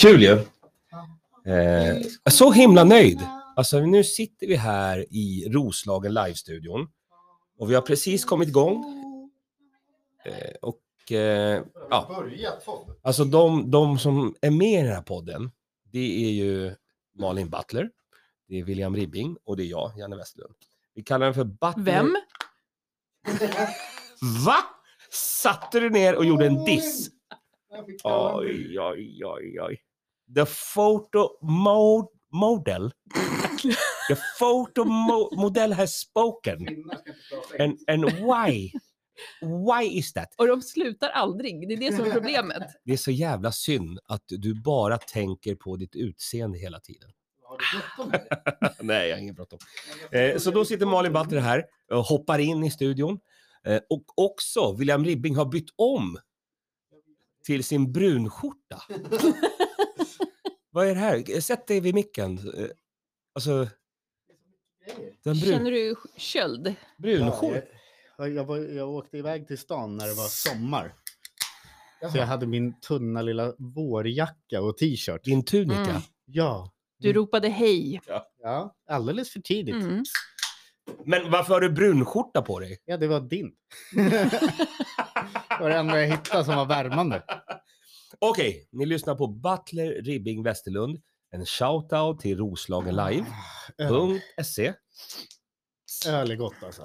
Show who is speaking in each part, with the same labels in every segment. Speaker 1: Kul ju! Eh, så himla nöjd! Alltså nu sitter vi här i Roslagen Live-studion och vi har precis kommit igång. Eh, och eh, Ja.
Speaker 2: Börjat podd.
Speaker 1: alltså de, de som är med i den här podden, det är ju Malin Butler, det är William Ribbing och det är jag, Janne Westlund. Vi kallar den för Butler...
Speaker 3: Vem?
Speaker 1: Va? Satte du ner och gjorde en diss?
Speaker 2: Jag fick kalla mig.
Speaker 1: Oj, oj, oj, oj. The photo mo- model. The photo mo- model has spoken.
Speaker 2: Finnar ska inte prata engelska.
Speaker 1: And, and why? Why is that?
Speaker 3: Och de slutar aldrig. Det är det som är problemet.
Speaker 1: Det är så jävla synd att du bara tänker på ditt utseende hela tiden.
Speaker 2: Har du bråttom här?
Speaker 1: Nej, jag har ingen bråttom.
Speaker 2: Jag
Speaker 1: Eh, så då sitter Malin Butler här och hoppar in i studion. Eh, och också William Ribbing har bytt om till sin brunskjorta. Vad är det här? Sätt dig vid micken. Eh, Alltså,
Speaker 2: Grejer.
Speaker 1: den brun,
Speaker 3: Känner du köld?
Speaker 1: brunskjorta.
Speaker 2: Ja, jag, jag, var, jag åkte iväg till stan när det var sommar. Så jag hade min tunna lilla vårjacka och t-shirt.
Speaker 1: Din tunika.
Speaker 3: Mm.
Speaker 2: Ja,
Speaker 3: Du
Speaker 1: Mm.
Speaker 3: ropade hej.
Speaker 2: ja, alldeles för tidigt.
Speaker 3: Mm.
Speaker 1: Men varför har du brunskjorta på dig?
Speaker 2: Ja, det var din. det var det enda jag hittade som var värmande.
Speaker 1: Okej, ni lyssnar på Butler Ribbing Westerlund. En shoutout till
Speaker 3: Ah.
Speaker 2: Öl,
Speaker 1: roslagenlive.se.
Speaker 2: öl är gott alltså.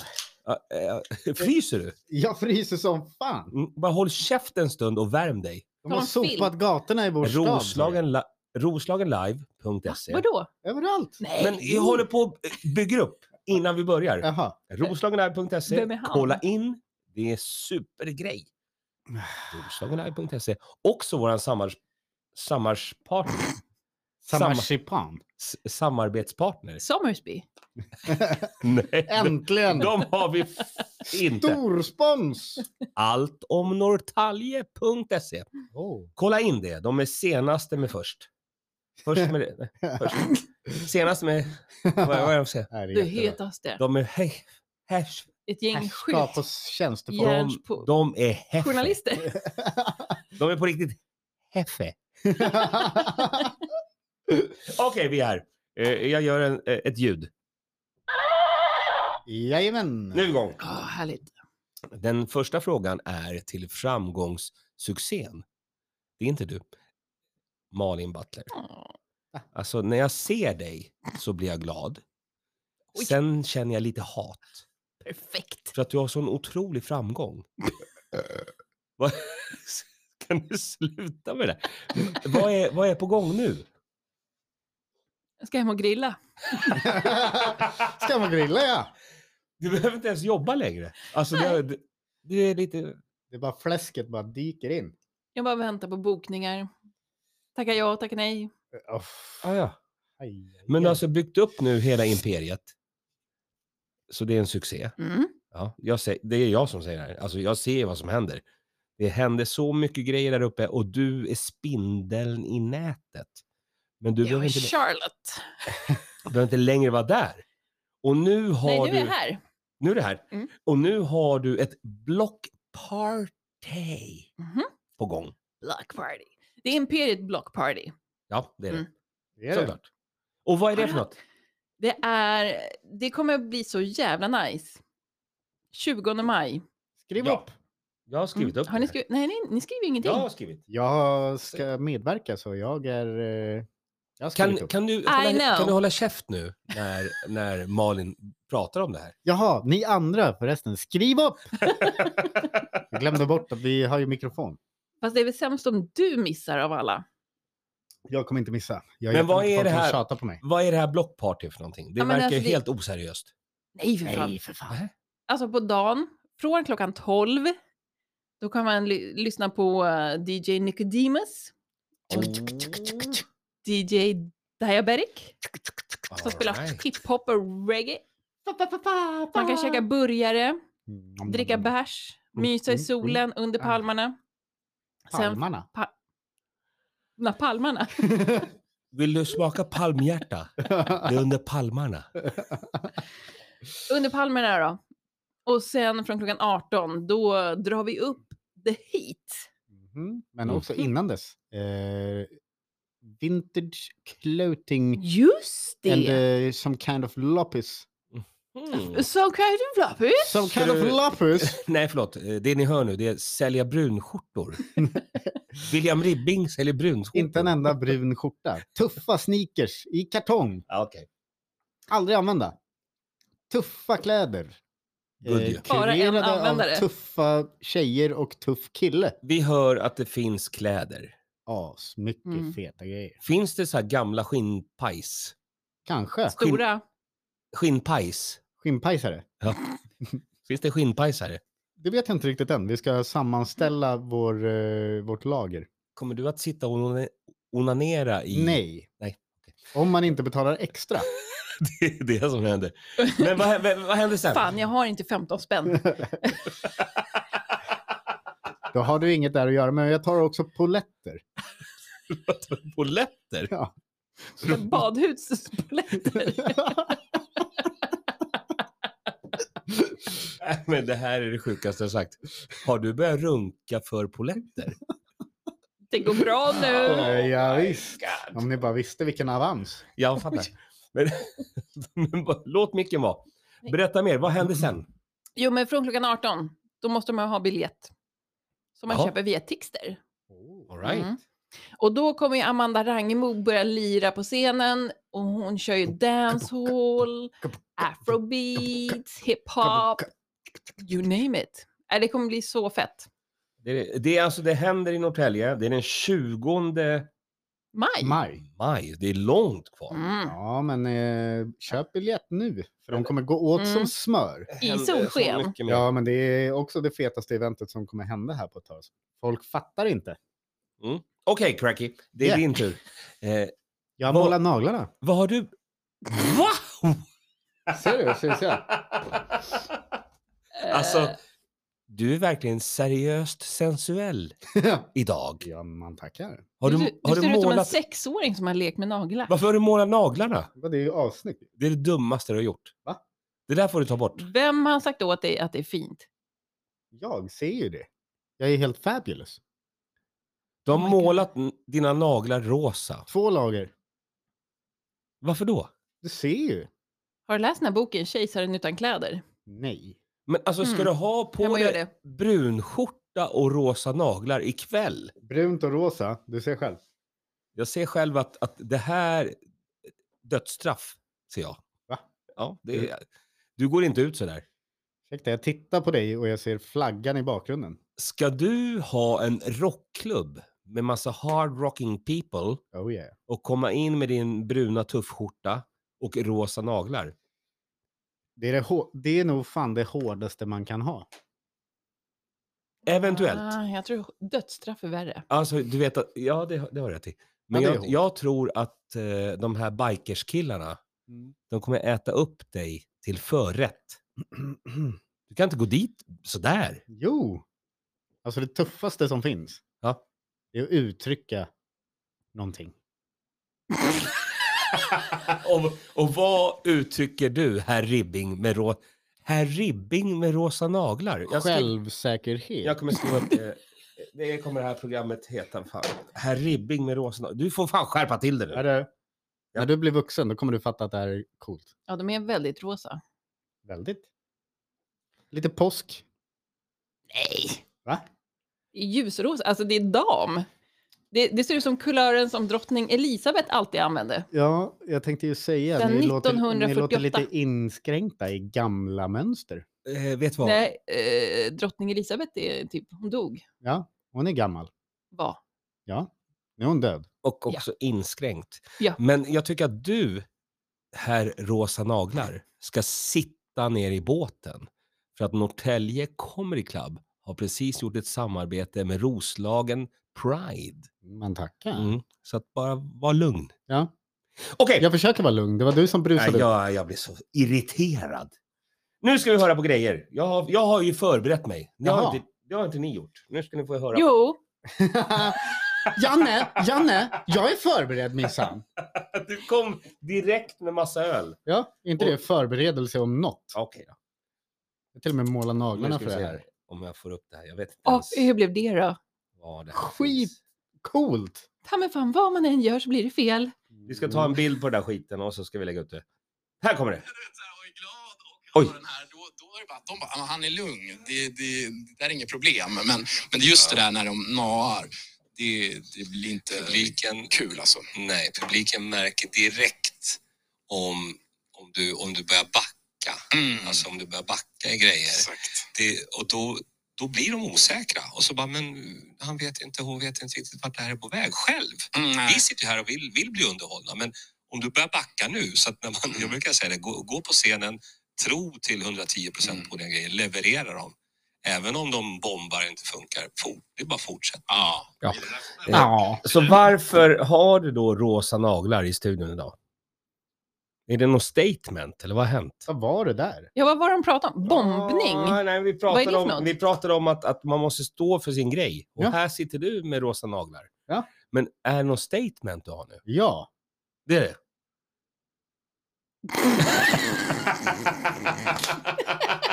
Speaker 1: Äh, äh, Fryser du?
Speaker 2: Jag fryser som fan.
Speaker 1: Mm, Bara håll käften en stund och värm dig.
Speaker 2: De
Speaker 3: Ta
Speaker 2: har
Speaker 3: en film.
Speaker 2: sopat gatorna i vår stad.
Speaker 1: Roslagen, li- roslagenlive.se.
Speaker 3: Vadå?
Speaker 2: Överallt.
Speaker 3: Nej.
Speaker 1: Men jag håller på och bygger upp innan vi börjar.
Speaker 2: Jaha.
Speaker 1: Roslagenlive.se.
Speaker 3: Vem är han?
Speaker 1: Kolla in. Det är supergrej. Roslagenlive.se. Också vår samars, samarspartner.
Speaker 2: Samarsipan.
Speaker 1: s- samarbetspartner.
Speaker 3: Somersby.
Speaker 1: Nej, de,
Speaker 2: Äntligen!
Speaker 1: de har vi f- inte.
Speaker 2: Stor spons!
Speaker 1: Allt om Norrtalje.se.
Speaker 2: Oh.
Speaker 1: Kolla in det. De är senaste med först. Först med det. nej, Först. Senaste med... Vad, vad är det de säger?
Speaker 2: Här är
Speaker 3: Du
Speaker 2: jättebra.
Speaker 3: hetaste.
Speaker 1: De är hej... Hash.
Speaker 3: Ett gäng
Speaker 2: Herrskap och
Speaker 3: skyltjournalister.
Speaker 2: tjänstefolk.
Speaker 3: Ja.
Speaker 1: De, de är heffe.
Speaker 3: Journalister.
Speaker 1: De är på riktigt heffe. Okej, vi är här. Eh, Jag gör en, eh, ett ljud.
Speaker 2: Jajamän!
Speaker 1: Nu är vi igång.
Speaker 3: Ja, härligt.
Speaker 1: Den första frågan är till framgångssuccén. Det är inte du. Malin Butler.
Speaker 3: Åh.
Speaker 1: Alltså när jag ser dig så blir jag glad.
Speaker 3: Oj.
Speaker 1: Sen känner jag lite hat.
Speaker 3: Perfekt.
Speaker 1: För att du har sån otrolig framgång. Vad- kan du sluta med det? Vad är, vad är på gång nu?
Speaker 3: Jag ska hem och grilla.
Speaker 2: Ska man grilla ja!
Speaker 1: Du behöver inte ens jobba längre. Alltså, det, det, det är lite...
Speaker 2: Det är bara fläsket bara dyker in.
Speaker 3: Jag bara väntar på bokningar. Tackar ja, tackar nej.
Speaker 2: Äh, Uff.
Speaker 1: Ah, ja.
Speaker 2: Aj, aj,
Speaker 1: Men
Speaker 2: aj.
Speaker 1: alltså byggt upp nu hela imperiet. Så det är en succé.
Speaker 3: Mm.
Speaker 1: Ja, jag sä- det är jag som säger det här. Alltså jag ser vad som händer. Det händer så mycket grejer där uppe och du är spindeln i nätet. Men du
Speaker 3: Jag
Speaker 1: behöver
Speaker 3: är
Speaker 1: inte,
Speaker 3: Charlotte.
Speaker 1: behöver inte längre vara där. Och nu har
Speaker 3: Nej, nu
Speaker 1: du...
Speaker 3: är jag här.
Speaker 1: Nu är det här.
Speaker 3: Mm.
Speaker 1: Och nu har du ett blockparty
Speaker 3: Mhm.
Speaker 1: på gång.
Speaker 3: Block party. Det är Imperiet Block party.
Speaker 1: Ja, det är det.
Speaker 3: Mm.
Speaker 2: Det är det.
Speaker 1: Såklart. Och vad är det för
Speaker 3: Ah.
Speaker 1: något?
Speaker 3: Det är, det kommer bli så jävla nice. 20 maj.
Speaker 2: Skriv
Speaker 1: Ja.
Speaker 2: upp.
Speaker 1: Jag har skrivit upp
Speaker 3: Mm. Har ni
Speaker 1: det.
Speaker 3: skrivit? Nej, nej, ni skriver ingenting.
Speaker 1: Jag har skrivit.
Speaker 2: Jag ska medverka så jag är... eh, Jag har skrivit
Speaker 1: Kan,
Speaker 2: upp.
Speaker 1: kan, du,
Speaker 3: I
Speaker 1: hålla,
Speaker 3: know.
Speaker 1: kan du hålla käft nu när, när Malin pratar om det här?
Speaker 2: Jaha, ni andra förresten, skriv upp! Jag glömde bort att vi har ju mikrofon.
Speaker 3: Fast det är väl sämst om du missar av alla.
Speaker 2: Jag kommer inte missa. Jag
Speaker 1: Men vad
Speaker 2: jättemycket
Speaker 1: är
Speaker 2: folk
Speaker 1: det
Speaker 2: som
Speaker 1: här?
Speaker 2: tjatar på mig.
Speaker 1: Vad är det här blockparty för någonting? Det
Speaker 3: Ja, men
Speaker 1: verkar ju
Speaker 3: alltså det-
Speaker 1: helt oseriöst.
Speaker 3: Nej, för fan.
Speaker 2: för fan.
Speaker 1: Nej.
Speaker 3: Alltså på dagen, från klockan 12, då kan man ly- lyssna på eh, DJ Nicodemus, DJ Diabetic, som spelar hiphop och reggae. Man kan käka burgare,
Speaker 2: Mm,
Speaker 3: dricka bärs, mysa i
Speaker 2: Mm, mm,
Speaker 3: solen under
Speaker 2: Ah.
Speaker 3: palmerna. Sen,
Speaker 2: Palmarna.
Speaker 3: na, palmerna.
Speaker 1: Vill du smaka palmhjärta? Det är under palmarna.
Speaker 3: Under palmerna då. Och sen från klockan 18, då drar vi upp the heat.
Speaker 2: Mhm, Men också innan dess. Eh, vintage clothing
Speaker 4: Just det!
Speaker 2: and eh, some kind of loppis.
Speaker 1: Mm.
Speaker 4: Some kind of loppis.
Speaker 2: Some kind of
Speaker 1: du-
Speaker 2: loppis?
Speaker 1: Nej, förlåt. Eh, Det ni hör nu, det är sälja brunskjortor. William Ribbing säljer brunskjortor.
Speaker 2: Inte en enda brun skjorta. Tuffa sneakers i kartong.
Speaker 1: Ja, Okej.
Speaker 2: Aldrig använda. Tuffa kläder.
Speaker 1: Good
Speaker 2: Eh,
Speaker 1: you.
Speaker 3: Bara en
Speaker 2: kurerade av
Speaker 3: användare.
Speaker 2: Tuffa tjejer och tuff kille.
Speaker 1: Vi hör att det finns kläder.
Speaker 2: Asmycket
Speaker 4: Mm.
Speaker 2: feta grejer.
Speaker 1: Finns det så här gamla skinnpajs?
Speaker 2: Kanske.
Speaker 3: Stora.
Speaker 1: Skinnpajs?
Speaker 2: Skinnpajsare.
Speaker 1: Finns det skinnpajsare?
Speaker 2: Det vet jag inte riktigt än. Vi ska sammanställa
Speaker 3: Mm.
Speaker 2: vår, eh, vårt lager.
Speaker 1: Kommer du att sitta och onane- onanera i...
Speaker 2: Nej.
Speaker 1: Nej,
Speaker 2: Om man inte betalar extra.
Speaker 1: Det är det som händer. Men vad, vad, vad händer sen?
Speaker 3: Fan, jag har inte 15 spänn.
Speaker 2: Då har du inget där att göra. Men jag tar också poletter.
Speaker 1: Poletter?
Speaker 2: Ja.
Speaker 3: Badhuspaletter.
Speaker 1: Nej, men det här är det sjukaste jag sagt. Har du börjat runka för poletter?
Speaker 3: Det går bra nu.
Speaker 2: Eh, ja,
Speaker 1: my
Speaker 2: visst.
Speaker 1: God.
Speaker 2: Om ni bara visste vilken avans.
Speaker 1: Jag fattar. Men, men bara- låt micken vara. Berätta mer, vad hände
Speaker 3: Mm.
Speaker 1: sen?
Speaker 3: Jo, men från klockan 18, då måste man ha biljett. Som man
Speaker 1: Jaha.
Speaker 3: köper via Tixter.
Speaker 1: Oh, All right.
Speaker 3: Mm. Och då kommer ju Amanda Rangemo börja lira på scenen och hon kör ju dancehall, afrobeats, hiphop, you name it. Äh, det kommer bli så fett.
Speaker 1: Det, det, är alltså, det händer i Norrtälje, det är den 20
Speaker 3: Maj.
Speaker 2: Maj.
Speaker 1: maj. Det är långt kvar.
Speaker 3: Mm.
Speaker 2: Ja, men eh, köp biljett nu. För de kommer gå åt
Speaker 3: Mm.
Speaker 2: som smör.
Speaker 1: Det
Speaker 3: I
Speaker 1: händer så
Speaker 3: solsken.
Speaker 1: mycket mer.
Speaker 2: Ja, men det är också det fetaste eventet som kommer hända här på ett tag. Folk fattar inte.
Speaker 1: Okej, Cracky, det är
Speaker 2: Yeah.
Speaker 1: din tur. Eh,
Speaker 2: Jag
Speaker 1: Vad-
Speaker 2: målar naglarna.
Speaker 1: vad har du... Va?
Speaker 2: Ser du? Ser du? Ser du?
Speaker 3: Eh,
Speaker 1: Alltså, du är verkligen seriöst sensuell idag.
Speaker 2: Ja, man tackar.
Speaker 1: Har du,
Speaker 3: du, ser-
Speaker 1: har
Speaker 3: du
Speaker 1: du,
Speaker 3: ser ut som en
Speaker 1: målat...
Speaker 3: sexåring som har lekt med naglar.
Speaker 1: Varför har du målat naglarna?
Speaker 2: Vad Det är ju avsnitt.
Speaker 1: Det är det dummaste du har gjort.
Speaker 2: Va?
Speaker 1: Det där får du ta bort.
Speaker 3: Vem har sagt åt dig att det är fint?
Speaker 2: Jag ser ju det. Jag är helt fabulous.
Speaker 1: Du har
Speaker 3: Oh my God.
Speaker 1: målat n- dina naglar rosa.
Speaker 2: Två lager.
Speaker 1: Varför då?
Speaker 2: Du ser ju.
Speaker 3: Har du läst den här boken Kejsaren utan kläder?
Speaker 2: Nej.
Speaker 1: Men alltså, ska
Speaker 3: Mm.
Speaker 1: du ha
Speaker 3: Kan
Speaker 1: på
Speaker 3: man
Speaker 1: dig
Speaker 3: göra det?
Speaker 1: brunskjorta och rosa naglar ikväll?
Speaker 2: Brunt och rosa. Du ser själv.
Speaker 1: Jag ser själv att, att det här... eh, Dödsstraff, ser jag.
Speaker 2: Va?
Speaker 1: Ja, det är... Du går inte ut så där.
Speaker 2: Ursäkta, jag tittar på dig och jag ser flaggan i bakgrunden.
Speaker 1: Ska du ha en rockklubb med massa hard rocking people
Speaker 2: Oh yeah.
Speaker 1: och komma in med din bruna tuffskjorta och rosa naglar?
Speaker 2: Det är, det, hå- det är nog fan det hårdaste man kan ha.
Speaker 1: Eventuellt.
Speaker 3: Ah, jag tror dödsstraff är värre.
Speaker 1: Alltså, du vet att, ja det, har- det har jag rätt i. Men
Speaker 2: Ja, det är
Speaker 1: jag,
Speaker 2: hårt.
Speaker 1: jag tror att eh, de här bikerskillarna,
Speaker 2: Mm.
Speaker 1: de kommer äta upp dig till förrätt. Du kan inte gå dit sådär.
Speaker 2: jo. Alltså det tuffaste som finns.
Speaker 1: Ja.
Speaker 2: Det är att uttrycka någonting.
Speaker 1: och, och vad uttrycker du, herr Ribbing, med, rå, herr Ribbing med rosa naglar? Jag skrev-
Speaker 2: Självsäkerhet.
Speaker 1: Jag kommer skriva upp det. Det kommer det här programmet heta. Fan. Herr Ribbing med rosa Du får fan skärpa till det
Speaker 2: Är
Speaker 1: nu.
Speaker 2: det? När du blir vuxen då kommer du fatta att det här är coolt.
Speaker 3: Ja, de är väldigt rosa.
Speaker 2: Väldigt. Lite påsk.
Speaker 3: Nej!
Speaker 2: Va?
Speaker 3: Det är Ljusrosa, alltså det är dam. Det, det ser ut som kulören som drottning Elisabeth alltid använde.
Speaker 2: Ja, jag tänkte ju säga.
Speaker 3: Sedan
Speaker 2: ni, låter, ni låter
Speaker 3: 1948.
Speaker 2: lite inskränkta i gamla mönster.
Speaker 1: Eh, vet du vad?
Speaker 3: Nej, eh, drottning Elisabeth är typ, hon dog.
Speaker 2: Ja, hon är gammal.
Speaker 3: Va?
Speaker 2: Ja, nu är hon död.
Speaker 1: Och
Speaker 3: Ja.
Speaker 1: också inskränkt.
Speaker 3: Ja.
Speaker 1: Men jag tycker att du, herr rosa naglar, ska sitta ner i båten. För att Norrtälje Comedy Club har precis gjort ett samarbete med Roslagen Pride.
Speaker 2: Man tackar.
Speaker 1: Mm. Så att bara var lugn.
Speaker 2: Ja.
Speaker 1: Okej,
Speaker 2: Jag försöker vara lugn. Det var du som
Speaker 1: Nej,
Speaker 2: brusade.
Speaker 1: jag, jag blir så irriterad. Nu ska vi höra på grejer. Jag har, jag har ju förberett mig. Det har,
Speaker 2: Jaha.
Speaker 1: inte, det har inte ni gjort. Nu ska ni få höra.
Speaker 3: Jo,
Speaker 2: Janne, Janne, jag är förberedd minsann.
Speaker 1: Du kom direkt med massa öl.
Speaker 2: Ja, är inte det förberedelse om något?
Speaker 1: Okej då.
Speaker 2: Jag till och med måla
Speaker 1: Nu
Speaker 2: naglarna
Speaker 1: ska
Speaker 2: för
Speaker 1: vi
Speaker 2: det
Speaker 1: se
Speaker 2: här.
Speaker 1: Om jag får upp det här. Jag vet inte
Speaker 3: och
Speaker 1: ens
Speaker 3: hur blev det då?
Speaker 1: vad det här
Speaker 2: Skit.
Speaker 1: finns.
Speaker 2: Coolt!
Speaker 3: Ta mig fan, vad man än gör så blir det fel.
Speaker 1: Vi ska ta en bild på den där skiten och så ska vi lägga ut det. Här kommer det.
Speaker 5: du vet, så här, och är glad och
Speaker 1: Oj.
Speaker 5: har den här, då, då är det bara att de bara, "Ah, men han är lugn, det, det, det där är inget problem. Men, men det är just det där när de naar, det, det blir inte
Speaker 6: Publiken-
Speaker 5: kul alltså.
Speaker 6: Nej, publiken märker direkt om, om, du, om du börjar backa.
Speaker 5: Mm.
Speaker 6: Alltså om du börjar backa i grejer.
Speaker 5: Exakt.
Speaker 6: Det, och då, då blir de osäkra. Och så bara, men han vet inte, hon vet inte riktigt vart det här är på väg själv.
Speaker 5: Mm,
Speaker 6: Vi sitter ju här och vill, vill bli underhållna, men om du börjar backa nu, så att när man, jag brukar säga det, gå, gå på scenen, tro till 110 procent på dina grejer, leverera dem. Även om de bombar och inte funkar, fort, det är bara att fortsätta.
Speaker 5: ja.
Speaker 1: Ja.
Speaker 2: Ja.
Speaker 1: Så varför har du då rosa naglar i studion idag? Är det något statement eller vad har hänt?
Speaker 2: Vad var det där?
Speaker 3: Ja, vad var de pratade om? Bombning?
Speaker 1: Ah, nej, vi
Speaker 3: Vad
Speaker 1: pratade
Speaker 3: är det för
Speaker 1: om,
Speaker 3: något?
Speaker 1: vi pratade om att, att man måste stå för sin grej. Och
Speaker 2: Ja.
Speaker 1: här sitter du med rosa naglar.
Speaker 2: Ja.
Speaker 1: Men är det något statement du har nu?
Speaker 2: Ja.
Speaker 1: Det är det.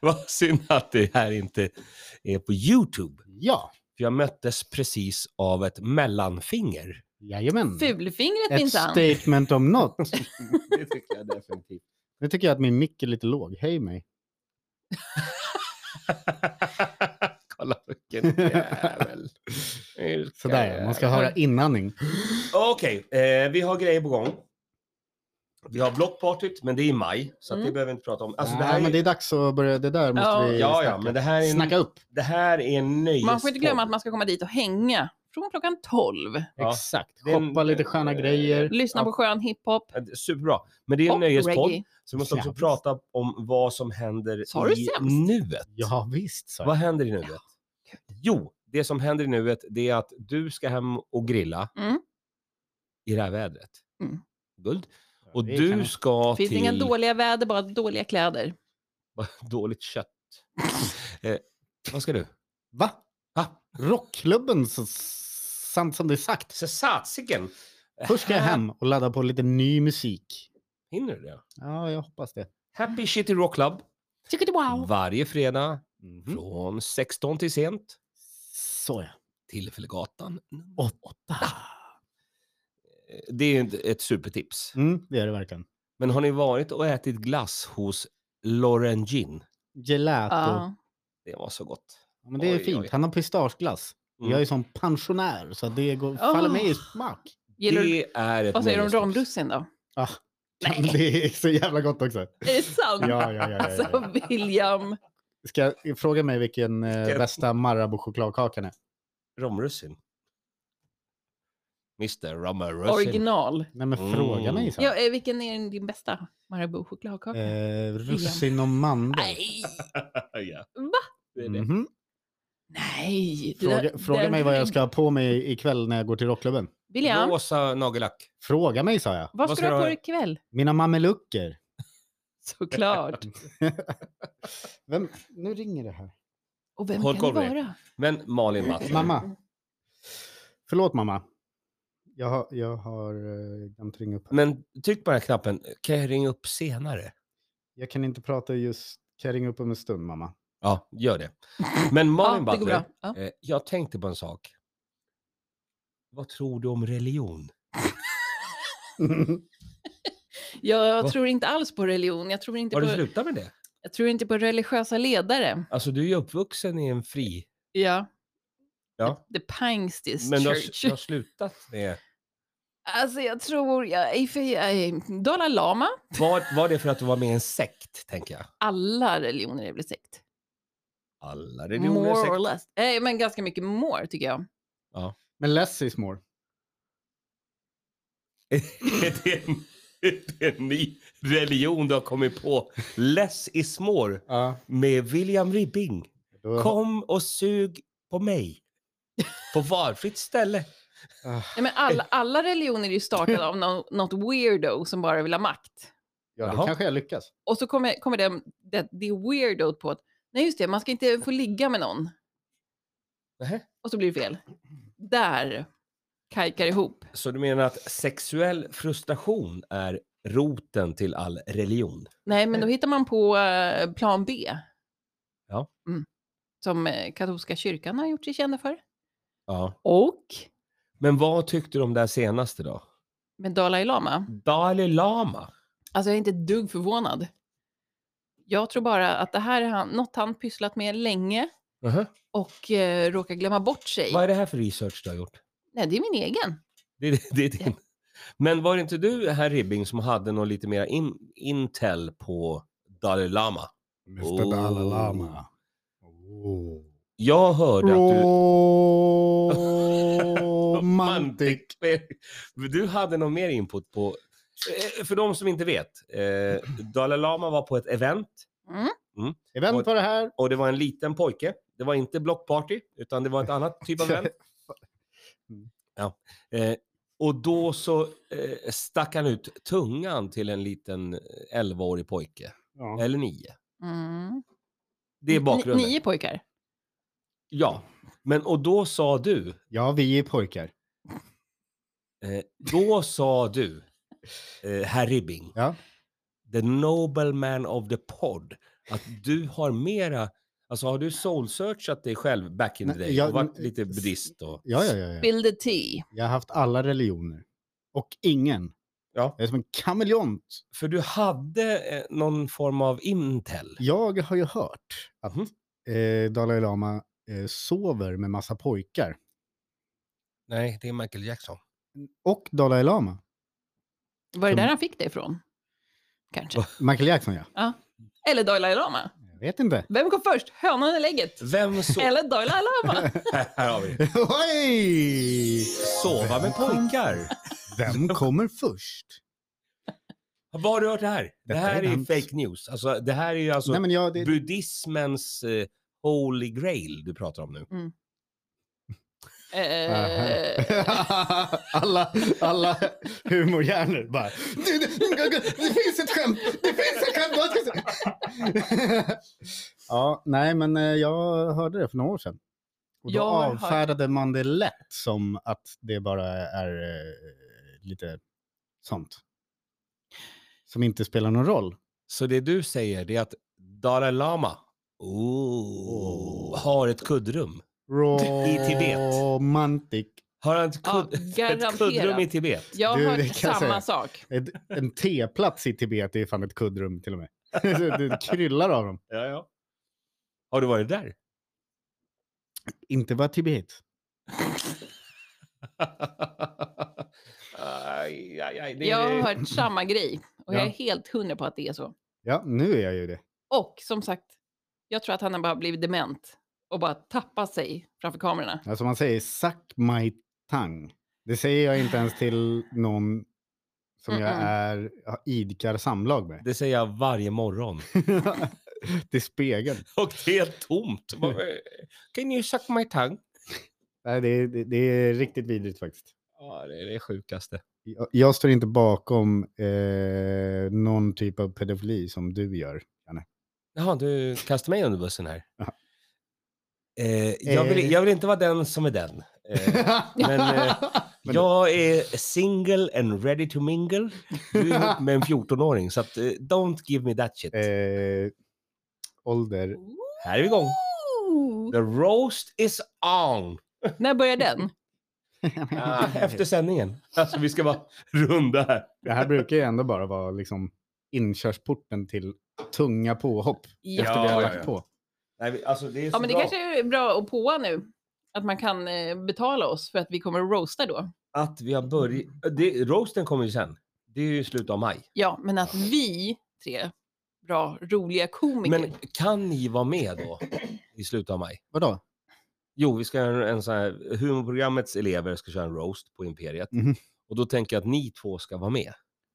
Speaker 1: Vad synd att det här inte är på Youtube.
Speaker 2: Ja.
Speaker 1: För jag möttes precis av ett mellanfinger.
Speaker 2: Jajamän.
Speaker 3: Fulfingret
Speaker 2: Ett
Speaker 3: minsann.
Speaker 2: statement om något.
Speaker 1: Det tycker jag definitivt.
Speaker 2: Nu tycker jag att min mick är lite låg. Hej mig.
Speaker 1: Kolla vilken jävel. Vilken
Speaker 2: Sådär ja. Man ska höra inandning.
Speaker 1: Okej, eh, vi har grejer på gång. Vi har blockpartyt, men det är i maj, så att det
Speaker 3: Mm.
Speaker 1: behöver vi inte prata om. Alltså,
Speaker 2: Nej,
Speaker 1: det här är,
Speaker 2: men det är dags att börja. Det där måste
Speaker 3: Ja.
Speaker 2: vi
Speaker 1: ja,
Speaker 2: snacka.
Speaker 1: ja, men det här är,
Speaker 2: Snacka
Speaker 1: en,
Speaker 2: upp.
Speaker 1: det här är en nöjespodd.
Speaker 3: Man får inte glömma att man ska komma dit och hänga från klockan 12.
Speaker 1: Ja.
Speaker 2: Exakt.
Speaker 1: Det är en-
Speaker 2: Shoppa lite sköna
Speaker 1: eh,
Speaker 2: grejer.
Speaker 3: Lyssna på skön hiphop
Speaker 1: Ja, det är Superbra. Men det är en
Speaker 3: och
Speaker 1: nöjespodd,
Speaker 3: reggae.
Speaker 1: så vi måste också
Speaker 2: Jävligt.
Speaker 1: prata om vad som händer
Speaker 3: Sa du
Speaker 1: i
Speaker 3: sämst?
Speaker 1: nuet.
Speaker 2: Ja, visst. sa jag.
Speaker 1: Vad händer i nuet? Jo, det som händer i nuet det är att du ska hem och grilla
Speaker 3: Mm.
Speaker 1: i det här vädret.
Speaker 3: Mm.
Speaker 1: Guld. Och
Speaker 2: Det
Speaker 1: du
Speaker 2: kan-
Speaker 1: ska
Speaker 3: Finns
Speaker 1: till...
Speaker 3: inga dåliga väder, bara dåliga kläder.
Speaker 1: Dåligt kött. eh, vad ska du?
Speaker 2: Va?
Speaker 1: Va?
Speaker 2: Rockklubben, så sant som det är sagt.
Speaker 1: Så satsiken.
Speaker 2: Först ska jag hem och ladda på lite ny musik.
Speaker 1: Hinner du det?
Speaker 2: Ja, jag hoppas det.
Speaker 1: Happy City Rock Club. Varje fredag
Speaker 2: Mhm.
Speaker 1: från 16 till sent.
Speaker 2: Så ja.
Speaker 1: Tillfällegatan nummer
Speaker 2: Åtta.
Speaker 1: Eh, Det är ju ett- ett supertips.
Speaker 2: Mm, det är det verkligen.
Speaker 1: Men har ni varit och ätit glass hos Lauren Gin?
Speaker 2: Gelato.
Speaker 3: Ja.
Speaker 1: Det var så gott.
Speaker 2: Ja, men det är
Speaker 1: Oj,
Speaker 2: fint.
Speaker 1: oj.
Speaker 2: Han har pistageglass.
Speaker 1: Mm.
Speaker 2: Jag är som pensionär så det går, faller mig i smak.
Speaker 3: Gillar du,
Speaker 1: Det är ett
Speaker 3: vad säger du om
Speaker 1: nöjestips.
Speaker 3: romrussin då?
Speaker 2: Ah, det är så jävla gott också.
Speaker 3: Är det sant?
Speaker 2: Ja, ja, ja, ja, ja.
Speaker 3: Alltså William.
Speaker 2: Ska jag fråga mig vilken eh,
Speaker 1: Vilken-
Speaker 2: bästa Marabou-chokladkakan är?
Speaker 1: Romrussin. Mr. Romrussin.
Speaker 3: Original.
Speaker 2: Nej men
Speaker 1: Mm.
Speaker 2: fråga mig sen.
Speaker 3: Ja, eh, vilken är din bästa Marabou chokladkaka?
Speaker 2: Eh, russin och mandel.
Speaker 3: Nej,
Speaker 1: ja.
Speaker 3: Va? Mm.
Speaker 1: Det är det.
Speaker 2: Mhm.
Speaker 3: nej. det
Speaker 2: Fråga,
Speaker 3: där-
Speaker 2: fråga
Speaker 3: där-
Speaker 2: mig vad jag ska ha på mig ikväll när jag går till rockklubben.
Speaker 3: William, vad
Speaker 1: Rosa nagellack.
Speaker 2: Fråga mig sa jag.
Speaker 3: ska, du ha på dig ikväll?
Speaker 2: Mina mamelucker.
Speaker 3: Såklart.
Speaker 2: Vem? Nu ringer det här.
Speaker 3: Och vem
Speaker 1: Håll
Speaker 3: kan det
Speaker 1: koll på
Speaker 3: vara? Mm.
Speaker 1: Men
Speaker 3: Eh,
Speaker 1: Malin Mattsson.
Speaker 2: Mamma. Förlåt mamma. Jag har, jag har eh, glömt ringa upp.
Speaker 1: Men tryck på den här knappen. Kan jag ringa upp senare?
Speaker 2: Jag kan inte prata just. Kan jag ringa upp om en stund mamma?
Speaker 1: Ja, gör det. Men Malin
Speaker 3: ja, det går bra.
Speaker 1: Butler,
Speaker 3: Ja.
Speaker 1: eh, jag tänkte på en sak. Vad tror du om religion? Va?
Speaker 3: Jag tror inte alls på religion. Jag tror inte,
Speaker 1: Har du
Speaker 3: på,
Speaker 1: slutat med det?
Speaker 3: jag tror inte på religiösa ledare.
Speaker 1: Alltså du är ju uppvuxen i en fri...
Speaker 3: Ja.
Speaker 1: Ja.
Speaker 3: The Pangstis
Speaker 1: Men du har,
Speaker 3: Church.
Speaker 1: du har slutat med...
Speaker 3: Alltså jag tror, jag är för, jag är, Dalai Lama,
Speaker 1: Var, var det för att du var med i en sekt, tänker jag?
Speaker 3: alla religioner är väl sekt.
Speaker 1: Alla
Speaker 3: more
Speaker 1: religioner är
Speaker 3: or
Speaker 1: sekt.
Speaker 3: less. Nej, men ganska mycket more tycker jag.
Speaker 2: Men less is more.
Speaker 1: är, det en, är det en ny religion du har kommit på? Less is more
Speaker 2: Ja.
Speaker 1: med William Ribbing.
Speaker 2: Då,
Speaker 1: Kom och sug på mig. På valfritt ställe.
Speaker 2: Ah,
Speaker 3: Nej, men alla, alla religioner är ju startade av nå- något weirdo som bara vill ha makt.
Speaker 2: ja, då
Speaker 1: Jaha.
Speaker 2: kanske jag lyckas.
Speaker 3: Och så kommer, kommer det, det, det weirdo på att nej just det, man ska inte få ligga med någon.
Speaker 1: Nähä.
Speaker 3: Och så blir det fel. Där kajkar ihop.
Speaker 1: Så du menar att sexuell frustration är roten till all religion?
Speaker 3: Nej, men då hittar man på eh, plan B.
Speaker 1: Ja.
Speaker 3: Mm. som eh, katolska kyrkan har gjort sig kända för.
Speaker 1: Ja.
Speaker 3: Och
Speaker 1: Men vad tyckte du om det här senaste då?
Speaker 3: med Dalai Lama.
Speaker 1: Dalai Lama?
Speaker 3: Alltså jag är inte ett dugg förvånad. Jag tror bara att det här är han, något han pysslat med länge
Speaker 1: Aha.
Speaker 3: och eh, råkar glömma bort sig.
Speaker 1: Vad är det här för research du har gjort?
Speaker 3: Nej, det är min egen.
Speaker 1: Det är, det är din. Men var det inte du, herr Ribbing, som hade någon lite mer in, intel på Dalai Lama?
Speaker 2: Mr
Speaker 1: Oh.
Speaker 2: Dalai Lama. Oh.
Speaker 1: Jag hörde att du...
Speaker 2: Romantic.
Speaker 1: Du hade någon mer input på... Eh, För de som inte vet, eh, Dalai Lama var på ett event
Speaker 2: Event på det här.
Speaker 1: och det var en liten pojke. Det var inte blockparty, utan det var ett annat typ av event. Eh, och då så eh, stack han ut tungan till en liten 11-årig pojke,
Speaker 2: Ja.
Speaker 1: eller 9.
Speaker 3: Mm.
Speaker 1: Det är bakgrunden.
Speaker 3: Nio pojkar.
Speaker 1: Ja, men och då sa du,
Speaker 2: ja, vi är pojkar.
Speaker 1: eh, då sa du, eh, herr Ribbing,
Speaker 2: Ja.
Speaker 1: the nobleman of the pod, att du har mera, alltså har du soul-searchat dig själv back in the
Speaker 2: Nej,
Speaker 1: day?
Speaker 2: jag-
Speaker 1: och varit lite buddhist och...
Speaker 2: Ja, ja, ja, ja.
Speaker 3: Spill the tea.
Speaker 2: Jag har haft alla religioner. Och ingen.
Speaker 1: Ja.
Speaker 2: Jag är som en kameleont.
Speaker 1: För du hade eh, någon form av intel.
Speaker 2: Jag har ju hört att
Speaker 1: Mhm.
Speaker 2: eh, Dalai Lama eh, sover med massa pojkar.
Speaker 1: Nej, det är Michael Jackson.
Speaker 2: Och Dalai Lama.
Speaker 3: Var det
Speaker 2: Som-
Speaker 3: där han fick det ifrån? Kanske.
Speaker 1: Va?
Speaker 2: Michael Jackson, ja.
Speaker 3: Eller Dalai Lama.
Speaker 2: Jag vet inte.
Speaker 3: Vem kom först? Hönan eller ägget?
Speaker 1: Vem så...
Speaker 3: Eller Dalai Lama?
Speaker 1: Här- Här har vi.
Speaker 2: Oj!
Speaker 1: Sova med pojkar.
Speaker 2: Vem kommer först?
Speaker 1: Vad har du hört det här? Det
Speaker 2: Detta
Speaker 1: här
Speaker 2: är
Speaker 1: är
Speaker 2: hans-
Speaker 1: fake news. Alltså, det här är ju alltså
Speaker 2: Nej, men jag, det,
Speaker 1: buddhismens eh, holy grail du pratar om nu.
Speaker 3: eh,
Speaker 2: Aha. alla, alla humorhjärnor bara... Det, det, det finns ett skämt! Det finns ett skämt! Jag ska se." ja, nej, men eh, jag hörde det för några år sedan. Och då
Speaker 3: Jag har hört-
Speaker 2: avfärdade man det lätt som att det bara är eh, lite sånt. Som inte spelar någon roll.
Speaker 1: Så det du säger det är att Dalai Lama oh, har ett kuddrum. I Tibet.
Speaker 2: Romantic.
Speaker 1: Har han ett,
Speaker 3: Ja,
Speaker 1: kudd, ett
Speaker 3: garanterat.
Speaker 1: kuddrum i Tibet?
Speaker 3: jag
Speaker 2: Du,
Speaker 3: har
Speaker 2: det
Speaker 3: hört
Speaker 2: kan jag
Speaker 3: samma
Speaker 2: säga.
Speaker 3: sak.
Speaker 2: Ett- En teplats i Tibet är fan ett kuddrum till och med. Det kryllar av dem.
Speaker 1: Ja, ja. Har du varit där?
Speaker 2: Inte bara Tibet.
Speaker 1: aj, aj, aj, det
Speaker 3: Jag har
Speaker 1: är-
Speaker 3: hört samma grej och jag
Speaker 2: Ja.
Speaker 3: är helt hundra på att det är så.
Speaker 2: Ja, nu är jag ju det.
Speaker 3: Och som sagt, jag tror att han har bara blivit dement och bara tappat sig framför kamerorna.
Speaker 2: Alltså man säger suck my tongue. Det säger jag inte ens till någon som jag
Speaker 3: Mm-mm.
Speaker 2: är, jag idkar samlag med.
Speaker 1: Det säger jag varje morgon.
Speaker 2: till spegeln.
Speaker 1: Och det är tomt. Vad- Can you suck my tongue?
Speaker 2: Nej, det, är- det, det är riktigt vidrigt faktiskt.
Speaker 1: Ja, det är det sjukaste.
Speaker 2: Jag, jag står inte bakom eh, någon typ av pedofili som du gör.
Speaker 1: Jaha, du kastar mig under bussen här.
Speaker 2: Ja.
Speaker 1: Eh, jag, vill,
Speaker 2: Eh.
Speaker 1: jag vill inte vara den som är den. Eh, men, eh,
Speaker 2: Men-
Speaker 1: jag är single and ready to mingle. Du är ihop med en 14-åring, så att, eh, don't give me that shit.
Speaker 2: eh, ålder.
Speaker 1: Här är vi igång.
Speaker 3: Ooh.
Speaker 1: The roast is on!
Speaker 3: När börjar den?
Speaker 1: Ah, efter sändningen. Alltså, vi ska vara runda här.
Speaker 2: Det här brukar ju ändå bara vara liksom inkörsporten till tunga påhopp efter vi
Speaker 1: Ja,
Speaker 2: har
Speaker 1: ja,
Speaker 2: lagt
Speaker 1: ja.
Speaker 2: på.
Speaker 1: Nej, vi- alltså, det är så
Speaker 3: Ja, men det
Speaker 1: bra
Speaker 3: kanske är bra att påa nu. Att man kan eh, betala oss för att vi kommer att roasta då.
Speaker 1: att vi har börjat... det- Roasten kommer ju sen. Det är ju i slutet av maj.
Speaker 3: Ja, men att vi tre bra, roliga komiker.
Speaker 1: Men kan ni vara med då i slutet av maj?
Speaker 2: Vadå?
Speaker 1: Jo, vi ska göra en sån här, humorprogrammets elever ska köra en roast på Imperiet.
Speaker 2: Mhm.
Speaker 1: Och då tänker jag att ni två ska vara med.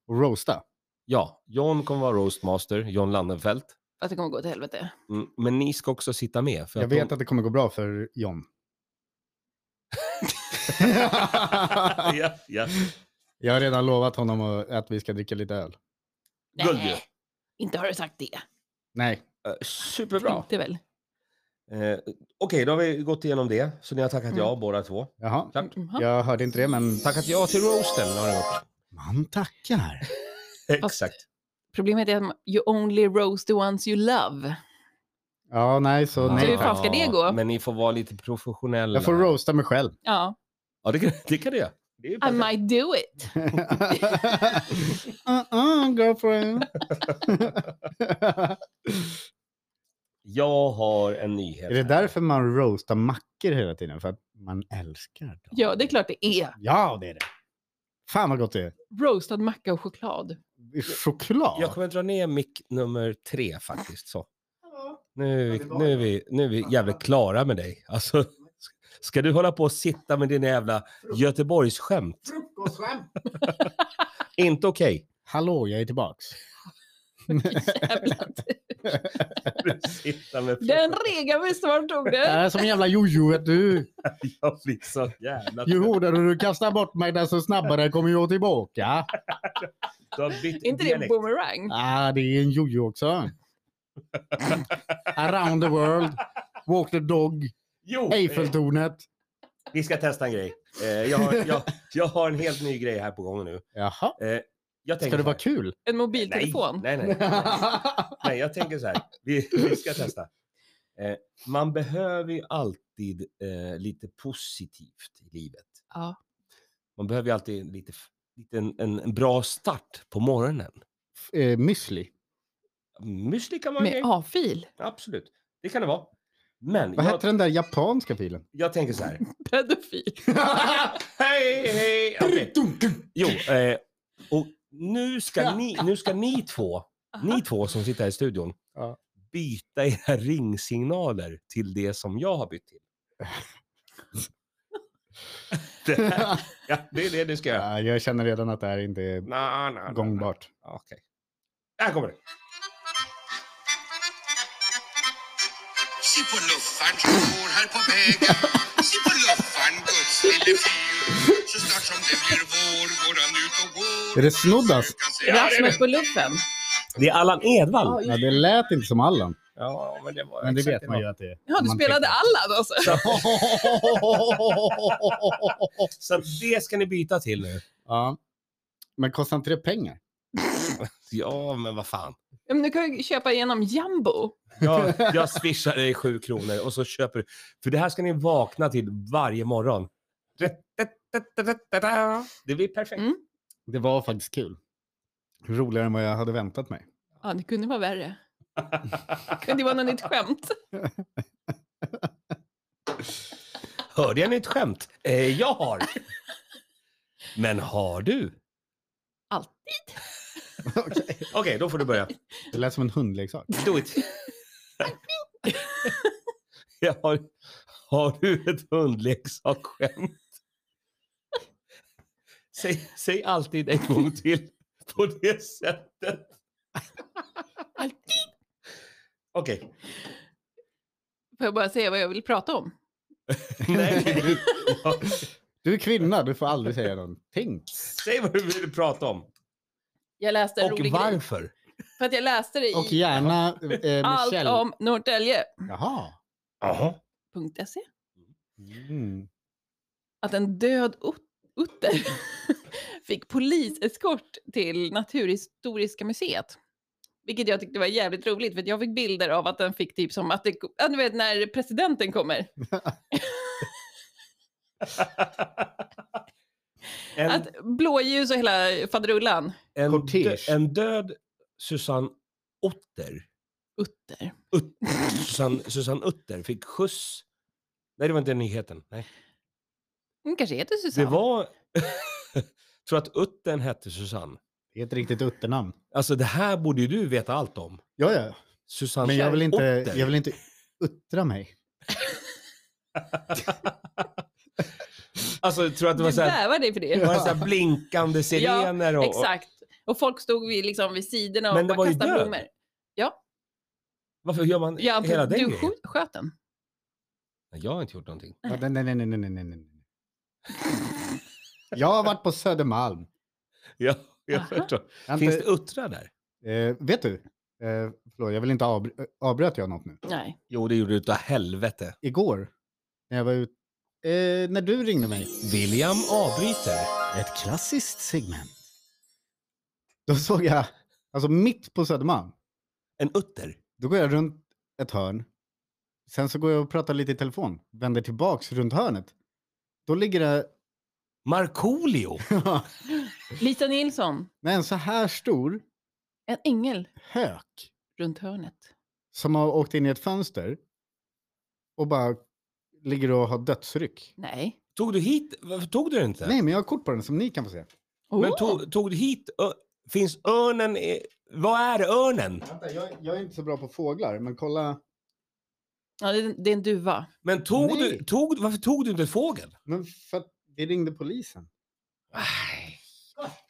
Speaker 2: Och roasta?
Speaker 1: Ja, John kommer vara roastmaster, John Landenfelt.
Speaker 3: Att det kommer gå till helvete.
Speaker 1: Mm, men ni ska också sitta med. För
Speaker 2: Jag
Speaker 1: att
Speaker 2: vet
Speaker 1: de...
Speaker 2: att det kommer gå bra för John.
Speaker 1: ja, ja.
Speaker 2: jag har redan lovat honom att- att vi ska dricka lite öl.
Speaker 1: Guld ju.
Speaker 3: Nej, inte har du sagt det.
Speaker 2: Nej,
Speaker 1: Eh, Superbra.
Speaker 3: Inte väl.
Speaker 1: Eh, Okej, då har vi gått igenom det. Så ni har tackat
Speaker 3: Mm.
Speaker 1: ja båda två.
Speaker 2: jaha.
Speaker 1: Tack.
Speaker 3: Mhm.
Speaker 2: Jag hörde inte det, men
Speaker 1: Tackat ja till roasten har ni gjort.
Speaker 2: man tackar.
Speaker 1: Exakt.
Speaker 3: Problemet är att man- you only roast the ones you love.
Speaker 2: Ja, nej, så
Speaker 1: Ja. Typ.
Speaker 3: Så hur
Speaker 2: nej.
Speaker 3: fan ska det gå?
Speaker 1: Men ni får vara lite professionella.
Speaker 2: Jag får roasta mig själv.
Speaker 3: Ja,
Speaker 1: Ja, det kan, det kan du göra. Det är ju
Speaker 3: I
Speaker 1: perfekt.
Speaker 3: might do it.
Speaker 2: uh-uh, girlfriend.
Speaker 1: Jag har en nyhet.
Speaker 2: är det
Speaker 1: här.
Speaker 2: därför man roastar mackor hela tiden? För att man älskar dem?
Speaker 3: Ja, det är klart det är.
Speaker 2: Ja, det är det. Fan vad gott det är.
Speaker 3: Roastad macka och choklad.
Speaker 2: I Choklad?
Speaker 1: Jag kommer dra ner mick nummer tre faktiskt. Så. Nu, är vi, nu, är vi, nu är vi jävligt klara med dig. Alltså, ska du hålla på och sitta med dina jävla Göteborgsskämt? Inte okej.
Speaker 2: Hallå, jag är tillbaks.
Speaker 3: Jävlar.
Speaker 1: Du sitter med
Speaker 3: Den rega mig snart tog
Speaker 2: Det
Speaker 3: den.
Speaker 2: är som en jävla jojo vet du.
Speaker 1: Jag blir så jävla
Speaker 2: Ju hårdare du kastar bort mig desto snabbare kommer jag tillbaka.
Speaker 1: Du har bytt
Speaker 3: Är inte det en
Speaker 1: dialekt.
Speaker 3: boomerang?
Speaker 2: Ah, det är en jojo också. Around the world. Walk the dog.
Speaker 1: Jo, eh,
Speaker 2: Eiffeltornet.
Speaker 1: vi ska testa en grej. Eh, jag, har, jag, jag har en helt ny grej här på gång nu. Eh,
Speaker 2: Jaha.
Speaker 1: Jag tänker
Speaker 2: Ska det
Speaker 1: så här.
Speaker 2: vara kul?
Speaker 3: En mobiltelefon?
Speaker 1: Nej, nej, nej. Nej, jag tänker så här. Vi, vi ska testa. Eh, man behöver ju alltid eh, lite positivt i livet.
Speaker 3: Ja.
Speaker 1: Man behöver ju alltid lite, f- lite en, en, en bra start på morgonen.
Speaker 2: eh, müsli.
Speaker 1: Müsli kan man
Speaker 3: Med
Speaker 1: ju.
Speaker 3: A-fil?
Speaker 1: Absolut, det kan det vara. Men
Speaker 2: Vad
Speaker 1: jag,
Speaker 2: hette den där japanska filen?
Speaker 1: jag tänker så här.
Speaker 3: Pedofil?
Speaker 1: hej, hej! okej. Jo, eh, och nu ska, ni, nu ska ni två, ni två som sitter här i studion,
Speaker 2: Ja.
Speaker 1: byta era ringsignaler till det som jag har bytt till. det, här, ja, det är det du ska göra.
Speaker 2: Ja, Ah, jag känner redan att det här inte är
Speaker 1: Na, na, na, na.
Speaker 2: gångbart.
Speaker 1: Okej. Här kommer det.
Speaker 5: Se på luffaren som går här på vägen. Se på luffaren, Guds lille fyr. Så snart som det blir vår går han ut och går.
Speaker 2: Är det Snoddas?
Speaker 3: Rasmus på luffen?
Speaker 1: Det är Allan Edwall.
Speaker 2: Ja, det lät inte som Allan.
Speaker 1: Ja, men det var
Speaker 2: Men det
Speaker 1: exakt
Speaker 2: vet man ju att det är.
Speaker 3: Ja, du
Speaker 2: Man
Speaker 3: spelade
Speaker 2: tänker-
Speaker 3: Allan alltså?
Speaker 1: var. Så att det ska ni byta till nu.
Speaker 2: Ja. Men kostar inte det pengar?
Speaker 1: Ja, men vad fan.
Speaker 3: Ja, Men du kan ju köpa igenom Jumbo.
Speaker 1: Jag, jag swishar dig sju kronor och så köper du. För det här ska ni vakna till varje morgon. Det blir perfekt.
Speaker 3: Mm.
Speaker 2: Det var faktiskt kul. Roligare än vad jag hade väntat mig.
Speaker 3: Ja, det kunde vara värre. Kunde det vara något nytt skämt?
Speaker 1: Hörde jag nytt skämt? Eh, jag har. Men har du?
Speaker 3: Alltid.
Speaker 2: Okej.
Speaker 1: Okej, då får du börja.
Speaker 2: Det lät som en hundleksak.
Speaker 1: Do it. jag har, har du ett hundleksaksskämt? Säg, säg alltid en gång till på det sättet.
Speaker 3: Alltid.
Speaker 1: Okej.
Speaker 3: Får jag bara säga vad jag vill prata om?
Speaker 1: Nej, du- ja,
Speaker 2: Du är kvinna, du får aldrig säga någonting.
Speaker 1: Säg vad du vill prata om.
Speaker 3: Jag läste en
Speaker 1: Och
Speaker 3: rolig grej.
Speaker 1: varför.
Speaker 3: För att jag läste det i
Speaker 2: Och gärna eh, med
Speaker 3: Allt
Speaker 2: käll...
Speaker 3: om Norrtälje.se.
Speaker 2: Jaha.
Speaker 1: Jaha.
Speaker 2: Mm.
Speaker 3: Att en död ut- utter fick poliseskort till Naturhistoriska museet. Vilket jag tyckte var jävligt roligt för att jag fick bilder av att den fick typ som att det, ja, du vet när presidenten kommer.
Speaker 1: En,
Speaker 3: Att blåljus och hela faderullan.
Speaker 1: en,
Speaker 2: Kortege.
Speaker 1: dö, en död Susanne Otter.
Speaker 3: Utter.
Speaker 1: Ut, Susanne, Susanne Utter fick skjuts. Nej, det var inte nyheten. Nej.
Speaker 3: Hon kanske heter
Speaker 1: Det
Speaker 3: Susanne.
Speaker 1: var... tror att Uttern hette Susanne.
Speaker 2: Det är ett riktigt utternamn.
Speaker 1: Alltså det här borde ju du veta allt om.
Speaker 2: Ja, ja.
Speaker 1: Susanne
Speaker 2: Men jag vill inte,
Speaker 1: Otter.
Speaker 2: jag vill inte uttra mig.
Speaker 1: Alltså jag tror att det var
Speaker 3: Du
Speaker 1: så här,
Speaker 3: bävar dig för det.
Speaker 1: det var så här blinkande sirener och... och
Speaker 3: Exakt. Och folk stod vid, liksom, vid sidorna och
Speaker 1: Men det
Speaker 3: bara
Speaker 1: var ju
Speaker 3: kastade
Speaker 1: död.
Speaker 3: blommor.
Speaker 1: varför gör man
Speaker 3: Jag
Speaker 1: hela
Speaker 3: antar att
Speaker 1: den
Speaker 3: du
Speaker 1: grejen?
Speaker 3: skjut- sköt den.
Speaker 1: Nej, Jag har inte gjort någonting.
Speaker 2: Ja, Nej, nej, nej, nej, nej, nej, nej, nej. Jag har varit på Södermalm.
Speaker 1: Ja, jag
Speaker 3: Aha.
Speaker 1: förstår.
Speaker 2: Jag har
Speaker 1: Finns
Speaker 2: inte,
Speaker 1: det uttrar där?
Speaker 2: eh, vet du? Eh, förlåt, jag vill inte avbry- eh, avbröt jag något nu?
Speaker 3: Nej.
Speaker 1: Jo, det gjorde du utav helvete.
Speaker 2: Igår, när jag var ute... Eh, när du ringde mig.
Speaker 1: William avbryter.
Speaker 2: Ett klassiskt segment. Då såg jag, alltså mitt på Södermalm,
Speaker 1: En utter.
Speaker 2: då går jag runt ett hörn Sen så går jag och pratar lite i telefon, vänder tillbaks runt hörnet. Då ligger det
Speaker 1: Markoolio!
Speaker 3: Lisa Nilsson,
Speaker 2: med en så här stor
Speaker 3: en ängel
Speaker 2: hök
Speaker 3: runt hörnet.
Speaker 2: som har åkt in i ett fönster och bara ligger och har dödsryck.
Speaker 3: Nej.
Speaker 1: Tog du hit, varför tog du det inte?
Speaker 2: Nej, men jag har kort på den som ni kan få se.
Speaker 1: Men
Speaker 3: Åh,
Speaker 1: tog, tog du hit, ö, finns örnen, i- vad är örnen?
Speaker 2: Vänta, jag, jag är inte så bra på fåglar, men kolla.
Speaker 3: ja, det, är- det är en duva.
Speaker 1: Men tog
Speaker 2: Nej.
Speaker 1: du, tog, varför tog du inte fågeln?
Speaker 2: Men för att vi ringde polisen.
Speaker 1: Nej,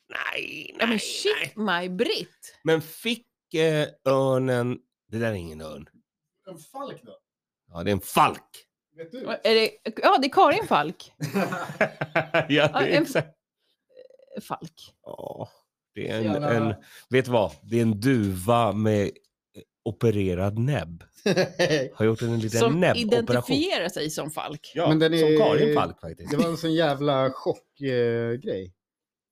Speaker 1: nej,
Speaker 3: Ja, men
Speaker 1: nej.
Speaker 3: shit, Maj-Britt.
Speaker 1: Men fick eh, örnen, det där är ingen örn,
Speaker 2: En falk då?
Speaker 1: ja det är en falk.
Speaker 2: Vet du?
Speaker 3: Vad Är det, ja, det är Karin Falk.
Speaker 1: ja,
Speaker 3: Ja,
Speaker 1: det är
Speaker 3: en-
Speaker 1: exakt.
Speaker 3: Falk.
Speaker 1: Ja, det är en,
Speaker 2: Jävlar.
Speaker 1: en, vet du vad, det är en duva med eh, opererad näbb. Har gjort en liten
Speaker 3: Som
Speaker 1: näbboperation.
Speaker 3: identifierar sig som Falk.
Speaker 1: Ja,
Speaker 2: Men den
Speaker 1: Som
Speaker 2: är-
Speaker 1: Karin Falk faktiskt.
Speaker 2: Det var en sån jävla chockgrej. Eh, grej.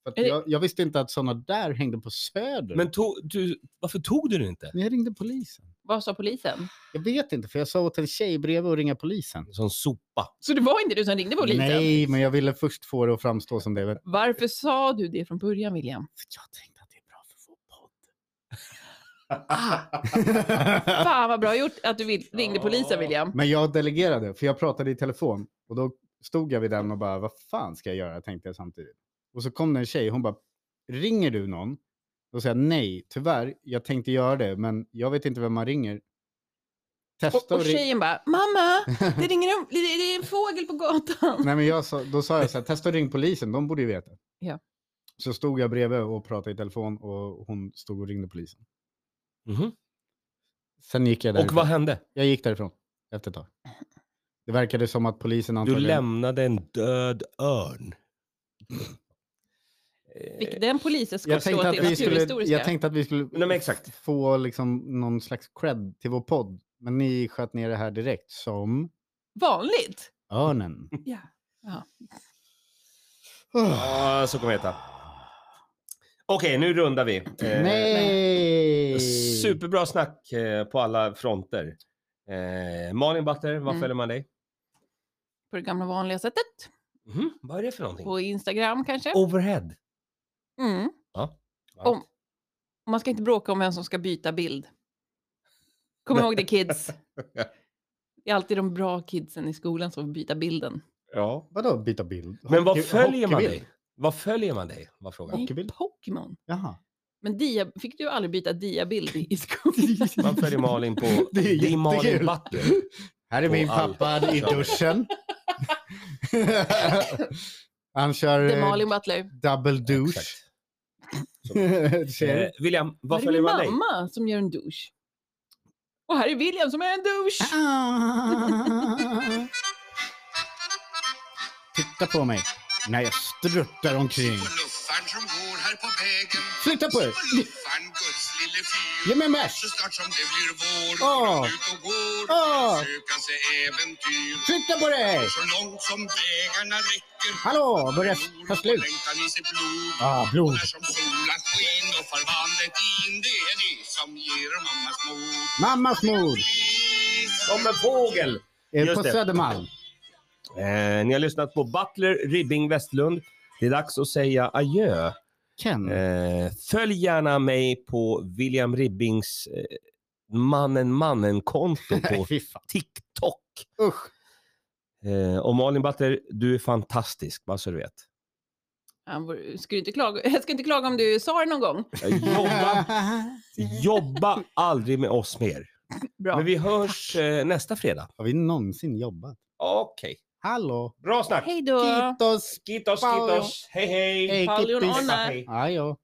Speaker 2: För att
Speaker 3: Är det-
Speaker 2: jag, jag visste inte att såna där hängde på Söder.
Speaker 1: Men tog, du, varför tog du det inte?
Speaker 2: Men jag ringde polisen.
Speaker 3: Vad sa polisen?
Speaker 2: Jag vet inte, för jag sa åt en tjej bredvid att ringa polisen.
Speaker 1: Som sopa.
Speaker 3: Så det var inte du som ringde polisen?
Speaker 2: Nej, men jag ville först få det att framstå som det. För
Speaker 3: Varför sa du det från början, William?
Speaker 2: jag tänkte att det är bra för vår podd.
Speaker 3: Fan vad bra gjort att du vill, ringde polisen, William.
Speaker 2: Men jag delegerade, för jag pratade i telefon. Och då stod jag vid den och bara, vad fan ska jag göra? Tänkte jag samtidigt. Och så kom det en tjej, hon bara, ringer du någon? Då sa jag, nej, tyvärr, jag tänkte göra det, men jag vet inte vem man ringer.
Speaker 3: Och,
Speaker 2: Testa
Speaker 3: och
Speaker 2: och ring.
Speaker 3: tjejen bara, mamma, det ringer en, det, det är en fågel på gatan.
Speaker 2: Nej, men jag sa, då sa jag så här, testa och ring polisen, de borde ju veta.
Speaker 3: Ja.
Speaker 2: Så stod jag bredvid och pratade i telefon och hon stod och ringde polisen.
Speaker 1: Mhm.
Speaker 2: Sen gick jag
Speaker 1: Och
Speaker 2: därifrån.
Speaker 1: vad hände?
Speaker 2: Jag gick därifrån efter ett tag. Det verkade som att polisen
Speaker 1: Du
Speaker 2: antagligen...
Speaker 1: lämnade en död örn. Eh,
Speaker 3: Fick den polisen
Speaker 2: jag tänkte,
Speaker 3: skottslå
Speaker 2: att
Speaker 3: till
Speaker 2: vi skulle,
Speaker 3: Naturhistoriska?
Speaker 2: jag tänkte att vi skulle
Speaker 1: Nej, men exakt.
Speaker 2: få liksom någon slags cred till vår podd. Men ni sköt ner det här direkt som
Speaker 3: Vanligt?
Speaker 2: örnen.
Speaker 3: Ja.
Speaker 1: Eh, Ja, så kommer det heta. Okej, nu rundar vi. Eh,
Speaker 2: Nej!
Speaker 1: Superbra snack eh, på alla fronter. Eh, Malin Batter, var
Speaker 3: Mm.
Speaker 1: följer man dig?
Speaker 3: På det gamla vanliga sättet.
Speaker 1: Mhm, Vad är det för någonting?
Speaker 3: På Instagram kanske?
Speaker 1: Overhead.
Speaker 3: Mm. Om- Man ska inte bråka om vem som ska byta bild. Kom ihåg det kids. Det är alltid de bra kidsen i skolan som får byta bilden.
Speaker 1: Ja.
Speaker 2: Vadå byta bild?
Speaker 1: Men vad
Speaker 2: Hockey-
Speaker 1: följer man
Speaker 2: hockeybild?
Speaker 1: dig? Vad följer man dig? Var frågan.
Speaker 3: Nej,
Speaker 2: Hockeybild?
Speaker 3: Pokémon.
Speaker 2: Jaha.
Speaker 3: Men dia, fick du aldrig byta diabild i i skolan?
Speaker 1: Man följer Malin på
Speaker 2: Det är
Speaker 1: The Malin
Speaker 2: jättekul.
Speaker 1: Batter.
Speaker 2: Här är
Speaker 1: På
Speaker 2: min
Speaker 1: all-
Speaker 2: pappa i duschen. Han kör
Speaker 3: Det är
Speaker 2: eh,
Speaker 3: Malin Butler.
Speaker 2: double douche.
Speaker 1: Exakt. Eh,
Speaker 2: Ser.
Speaker 1: William, vad
Speaker 3: Här är
Speaker 1: följer
Speaker 3: min
Speaker 1: man dig?
Speaker 3: mamma som gör en douche. Och här är William som är en
Speaker 2: Ah.
Speaker 3: douche.
Speaker 2: Titta på mig när jag struttar omkring.
Speaker 5: Se på luffaren som går här på vägen.
Speaker 2: Flytta på er!
Speaker 5: Se på luffaren, Guds lille fyr.
Speaker 2: Ge mig en bärs!
Speaker 5: Så snart som det blir vår
Speaker 2: Ah.
Speaker 5: går de ut och går.
Speaker 2: Ah.
Speaker 5: Söka sig äventyr.
Speaker 2: Flytta på dig!
Speaker 5: Så långt som vägarna räcker.
Speaker 2: Hallå, börja ta
Speaker 5: Oro och
Speaker 2: slut.
Speaker 5: längtan i sitt blod.
Speaker 2: Ah, blod.
Speaker 5: Och när som solen sken och förvandlet in. Det är det som ger mammas mod.
Speaker 2: Mammas mor
Speaker 1: Som en fågel!
Speaker 2: är
Speaker 1: Just
Speaker 2: på
Speaker 1: det.
Speaker 2: Södermalm.
Speaker 1: Eh, ni har lyssnat på Butler Ribbing Westlund. Det är dags att säga adjö.
Speaker 3: Mm.
Speaker 2: Ken.
Speaker 1: Eh, följ gärna mig på William Ribbings eh, mannen mannen-konto på
Speaker 2: Fy fan.
Speaker 1: TikTok.
Speaker 2: Usch.
Speaker 1: Eh, och Malin Butler, du är fantastisk, bara så du vet.
Speaker 3: Han var- ska du inte klaga. Jag ska inte klaga om du sa det någon gång.
Speaker 1: Eh, Jobba, jobba aldrig med oss mer.
Speaker 3: Bra.
Speaker 1: Men vi hörs eh, nästa fredag.
Speaker 2: Har vi någonsin jobbat?
Speaker 1: Okej,
Speaker 2: Hallå!
Speaker 1: bra snack.
Speaker 2: Typ.
Speaker 3: Hej då!
Speaker 2: Kitos!
Speaker 1: Kitos, kitos. Hej, hej.
Speaker 2: Hej,
Speaker 3: Paul
Speaker 2: kippis!
Speaker 3: Jonanne.
Speaker 2: Ajå.